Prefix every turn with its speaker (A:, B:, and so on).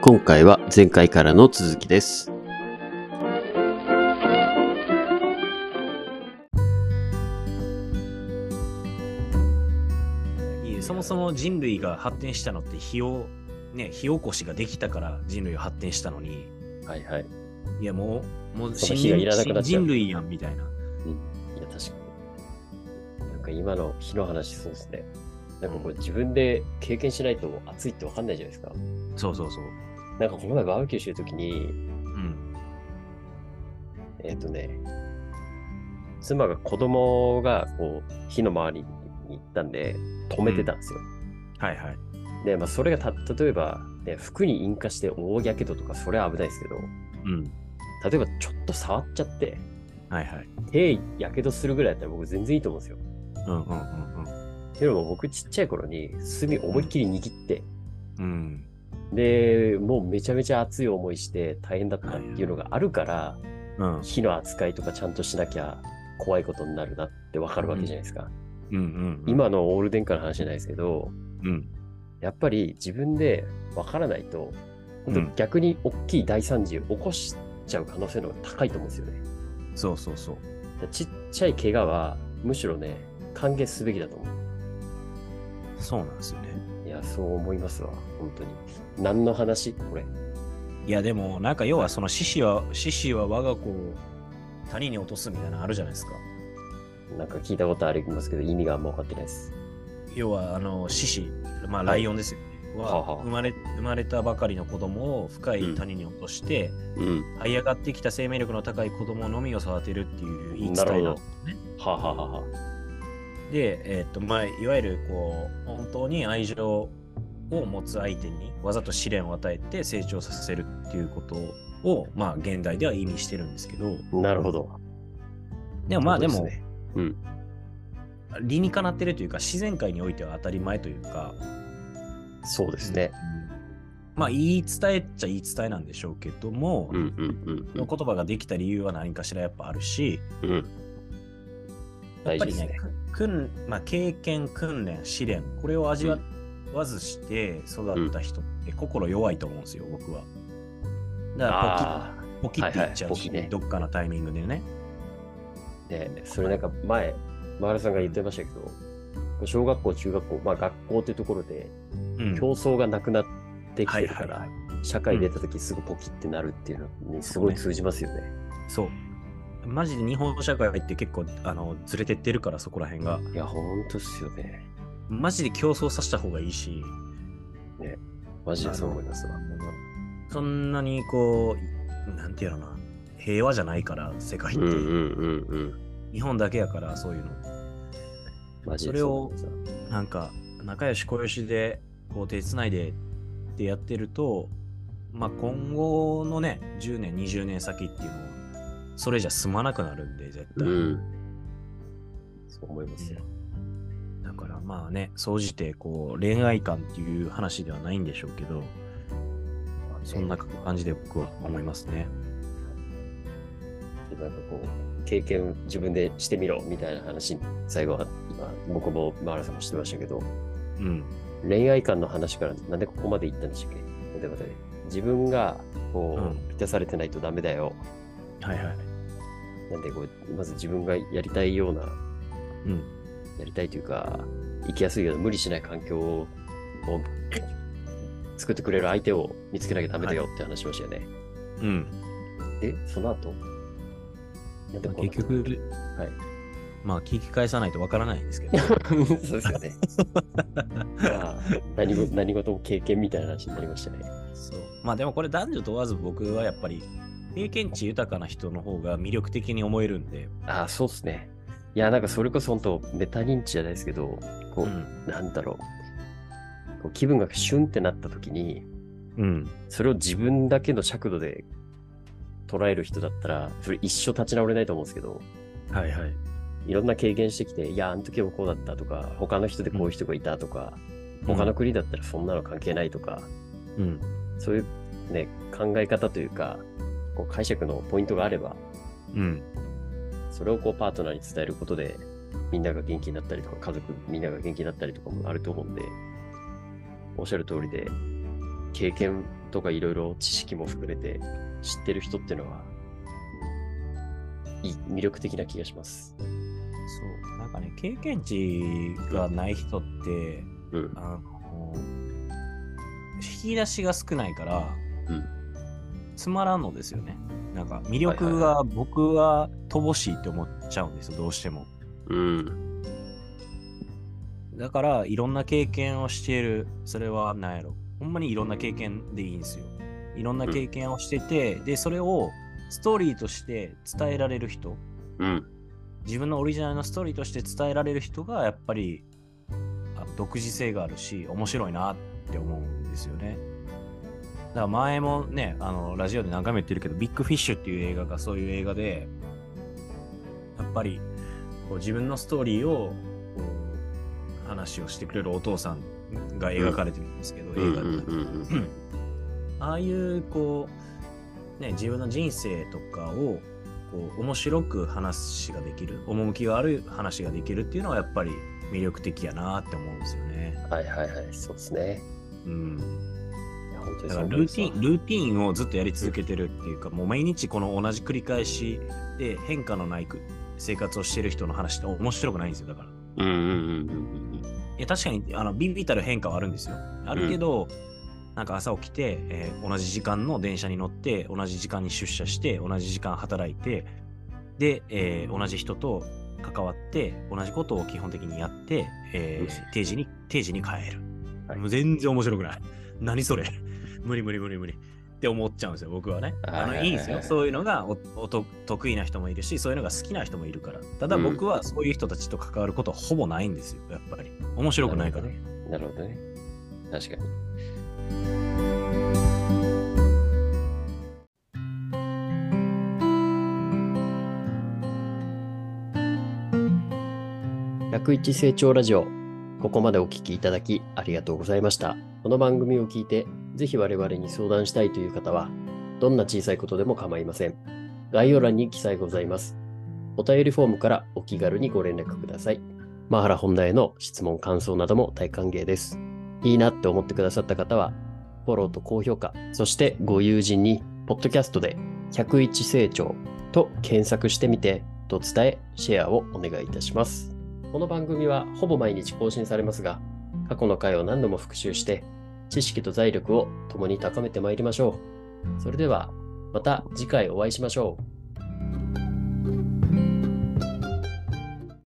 A: 今回は前回からの続きです。
B: いいそもそも人類が発展したのって火を、ね、火起こしができたから人類が発展したのに、
A: はいはい。
B: いやもう、もう
A: その
B: 新
A: 火がいらなくなっ
B: 新
A: ちゃう
B: 人類やんみたいな。
A: いや、確かに。なんか今の火の話、そうですね。なんかこう自分で経験しないと暑いって分かんないじゃないですか。
B: そうそうそう。
A: なんかこの前バーベキューしてるときに、
B: うん。
A: えっ、とね、妻が子供がこう火の周りに行ったんで、止めてたんですよ。
B: はいはい。
A: で、まあ、それがた例えば、ね、服に引火して大やけどとか、それは危ないですけど、
B: うん。
A: 例えばちょっと触っちゃって、
B: はいはい。
A: 手やけどするぐらいだったら僕全然いいと思うんですよ。
B: うんうんうん
A: っていうのも僕ちっちゃい頃に炭思いっきり握って、
B: うん。うん。
A: で、もうめちゃめちゃ熱い思いして大変だったっていうのがあるから、
B: うん
A: 火の扱いとかちゃんとしなきゃ怖いことになるなってわかるわけじゃないですか。
B: うんうん。、
A: 今のオール電化の話じゃないですけど、
B: うん。
A: やっぱり自分でわからないと、
B: うん
A: 本当逆に大きい大惨事を起こしちゃう可能性の方が高いと思うんですよね。
B: そうそうそう。
A: だからちっちゃい怪我はむしろね、歓迎すべきだと思
B: そうなんですよね。
A: う。いや、そう思いますわ、本当に。何の話これ。
B: いやでも、なんか要はその獅子は、獅子は我が子を谷に落とすみたいなのあるじゃないですか。
A: なんか聞いたことありますけど、意味があんま分かってないです。
B: 要はあの獅子、ま
A: は
B: あ、ラ
A: い
B: イオンですよね、
A: はあは
B: は
A: あ
B: 生まれ生まれたばかりの子供を深
A: うん
B: い谷に落として、
A: うん。
B: 這い上がってきた生命力の高い子供のみを育てるっていう言い伝えなんですよね。
A: はあ、はあはあはあ、
B: で、えーっとまあ、いわゆるこう本当に愛情を持つ相手にわざと試練を与えて成長させるっていうことを、まあ、現代では意味してるんですけど
A: なるほど。
B: でもまあでも
A: そうすね
B: 理にかなってるというか自然界においては当たり前というか、
A: そうですね。
B: まあ、言い伝えっちゃ言い伝えなんでしょうけども、
A: うんうん
B: の言葉ができた理由は何かしらやっぱあるし、
A: うんうん。
B: やっ
A: 大
B: ぱ
A: 事で
B: り
A: す
B: ね、
A: ね。
B: 訓まあ、経験、訓練、試練、これを味わわずして育った人って心弱いと思うんですよ、僕は。だから
A: あ
B: ポキ、ポキっていっち
A: はいはい
B: ゃう
A: ポキ
B: し、
A: ね
B: どっかのタイミングでね。
A: あ、ね、それなんか前、マ原さんが言ってましたけど、小学校、中学校、まあ学校ってところで
B: うん
A: 競争がなくなってきてるから、
B: はい
A: 社会出た時すぐポキってなるっていうのにすごい通じますよね。
B: そう。マジで日本社会って結構あのずれてってるから、そこら辺が。
A: いや、ほんとっすよね。
B: マジで競争させた方がいいし、
A: マジでそう思いますわ。
B: そんなにこう、なんていうのかな、平和じゃないから、世界っ
A: う
B: て。
A: んうんうんうん。
B: 日本だけやから、そういうの。
A: マジで思いますわ
B: なんか仲良し小良しでこう手つないでってやってると、まあ、今後のね10年20年先っていうのはそれじゃ済まなくなるんで絶対、
A: うん。そう思いますよ。
B: だからまあね総じてこう恋愛観っていう話ではないんでしょうけどそんな感じで僕は思いますね
A: なんかこう、経験自分でしてみろみたいな話に、最後は今、僕もマーラさんもしてましたけど、
B: うん
A: 恋愛観の話からなんでここまで行ったんでしたっけ待て待て自分がこう、
B: うん
A: 満たされてないとダメだよ。
B: はいはい
A: なんでこう、まず自分がやりたいような、
B: うん
A: やりたいというか、生きやすいような無理しない環境をを作ってくれる相手を見つけなきゃダメだよって話しましたよね。
B: うん
A: え、その後なんで
B: まあ
A: こうなっ
B: 結
A: た
B: 局、
A: はい
B: まあ聞き返さないとわからないんで すけど
A: そうですよね。まあ何も何事も経験みたいな話になりましたね。
B: そうまあでもこれ男女問わず僕はやっぱり経験値豊かな人の方が魅力的に思えるんで、
A: ああ、そうですね。いや、なんかそれこそ本当、メタ認知じゃないですけど、こう、
B: ん
A: なんだろう。こう気分がシュンってなった時に、
B: うん、
A: それを自分だけの尺度で捉える人だったら、それ一生立ち直れないと思うんですけど、
B: はいはい、
A: いろんな経験してきて、いや、あの時はこうだったとか、他の人でこういう人がいたとか、他の国だったらそんなの関係ないとか、
B: うん、
A: そういうね、考え方というか、こう解釈のポイントがあれば、
B: うん、
A: それをこうパートナーに伝えることで、みんなが元気になったりとか、家族みんなが元気になったりとかもあると思うんで、おっしゃる通りで、経験とかいろいろ知識も含めて知ってる人っていうのは、いい魅力的な気がします。
B: そうなんかね経験値がない人って
A: うん。
B: あの引き出しが少ないから、
A: うん
B: つまらんのですよねなんか魅力が僕は乏しいって思っちゃうんですよどうしても
A: うん。
B: だからいろんな経験をしているそれは何やろほんまにいろんな経験でいいんですよいろんな経験をしてて、でそれをストーリーとして伝えられる人
A: うん。
B: 自分のオリジナルのストーリーとして伝えられる人がやっぱりあ独自性があるし面白いなって思うんですよね。だから前もねあのラジオで何回も言ってるけど「ビッグフィッシュ」っていう映画がそういう映画でやっぱりこう自分のストーリーをこう話をしてくれるお父さんが描かれてるんですけど、
A: うん
B: 映画で。
A: うん
B: うんああいうこう、ね、自分の人生とかをこう面白く話ができる趣がある話ができるっていうのはやっぱり魅力的やなって思うんですよね。
A: はいはいはい、そうですね。
B: うん、
A: いや本当
B: だ
A: に
B: か
A: そ
B: ら
A: う
B: ルーティンルーティンをずっとやり続けてるっていうかもう毎日この同じ繰り返しで変化のないく生活をしてる人の話って面白くないんですよだから。
A: うんうんうんうん
B: いや確かにあのビビたる変化はあるんですよ。あるけど、なんか朝起きて、えー同じ時間の電車に乗って同じ時間に出社して同じ時間働いてで、えー同じ人と関わって同じことを基本的にやって、えー
A: うん
B: 定時に定時に帰る、
A: はい
B: もう全然面白くない 何それ無理無理無理無理って思っちゃうんですよ僕はねあの
A: はいはいはい
B: いいんですよそういうのがおおと得意な人もいるしそういうのが好きな人もいるからただ僕はそういう人たちと関わることはほぼないんですよやっぱり面白くないから
A: なるうん。なるほどね。確かに。101成長ラジオ。ここまでお聞きいただきありがとうございました。この番組を聞いて、ぜひ我々に相談したいという方は、どんな小さいことでも構いません。概要欄に記載ございます。お便りフォームからお気軽にご連絡ください。マハラ本題への質問、感想なども大歓迎です。いいなって思ってくださった方は、フォローと高評価、そしてご友人に、ポッドキャストで101成長と検索してみて、と伝え、シェアをお願いいたします。この番組はほぼ毎日更新されますが、過去の回を何度も復習して、知識と財力を共に高めてまいりましょう。それでは、また次回お会いしましょう。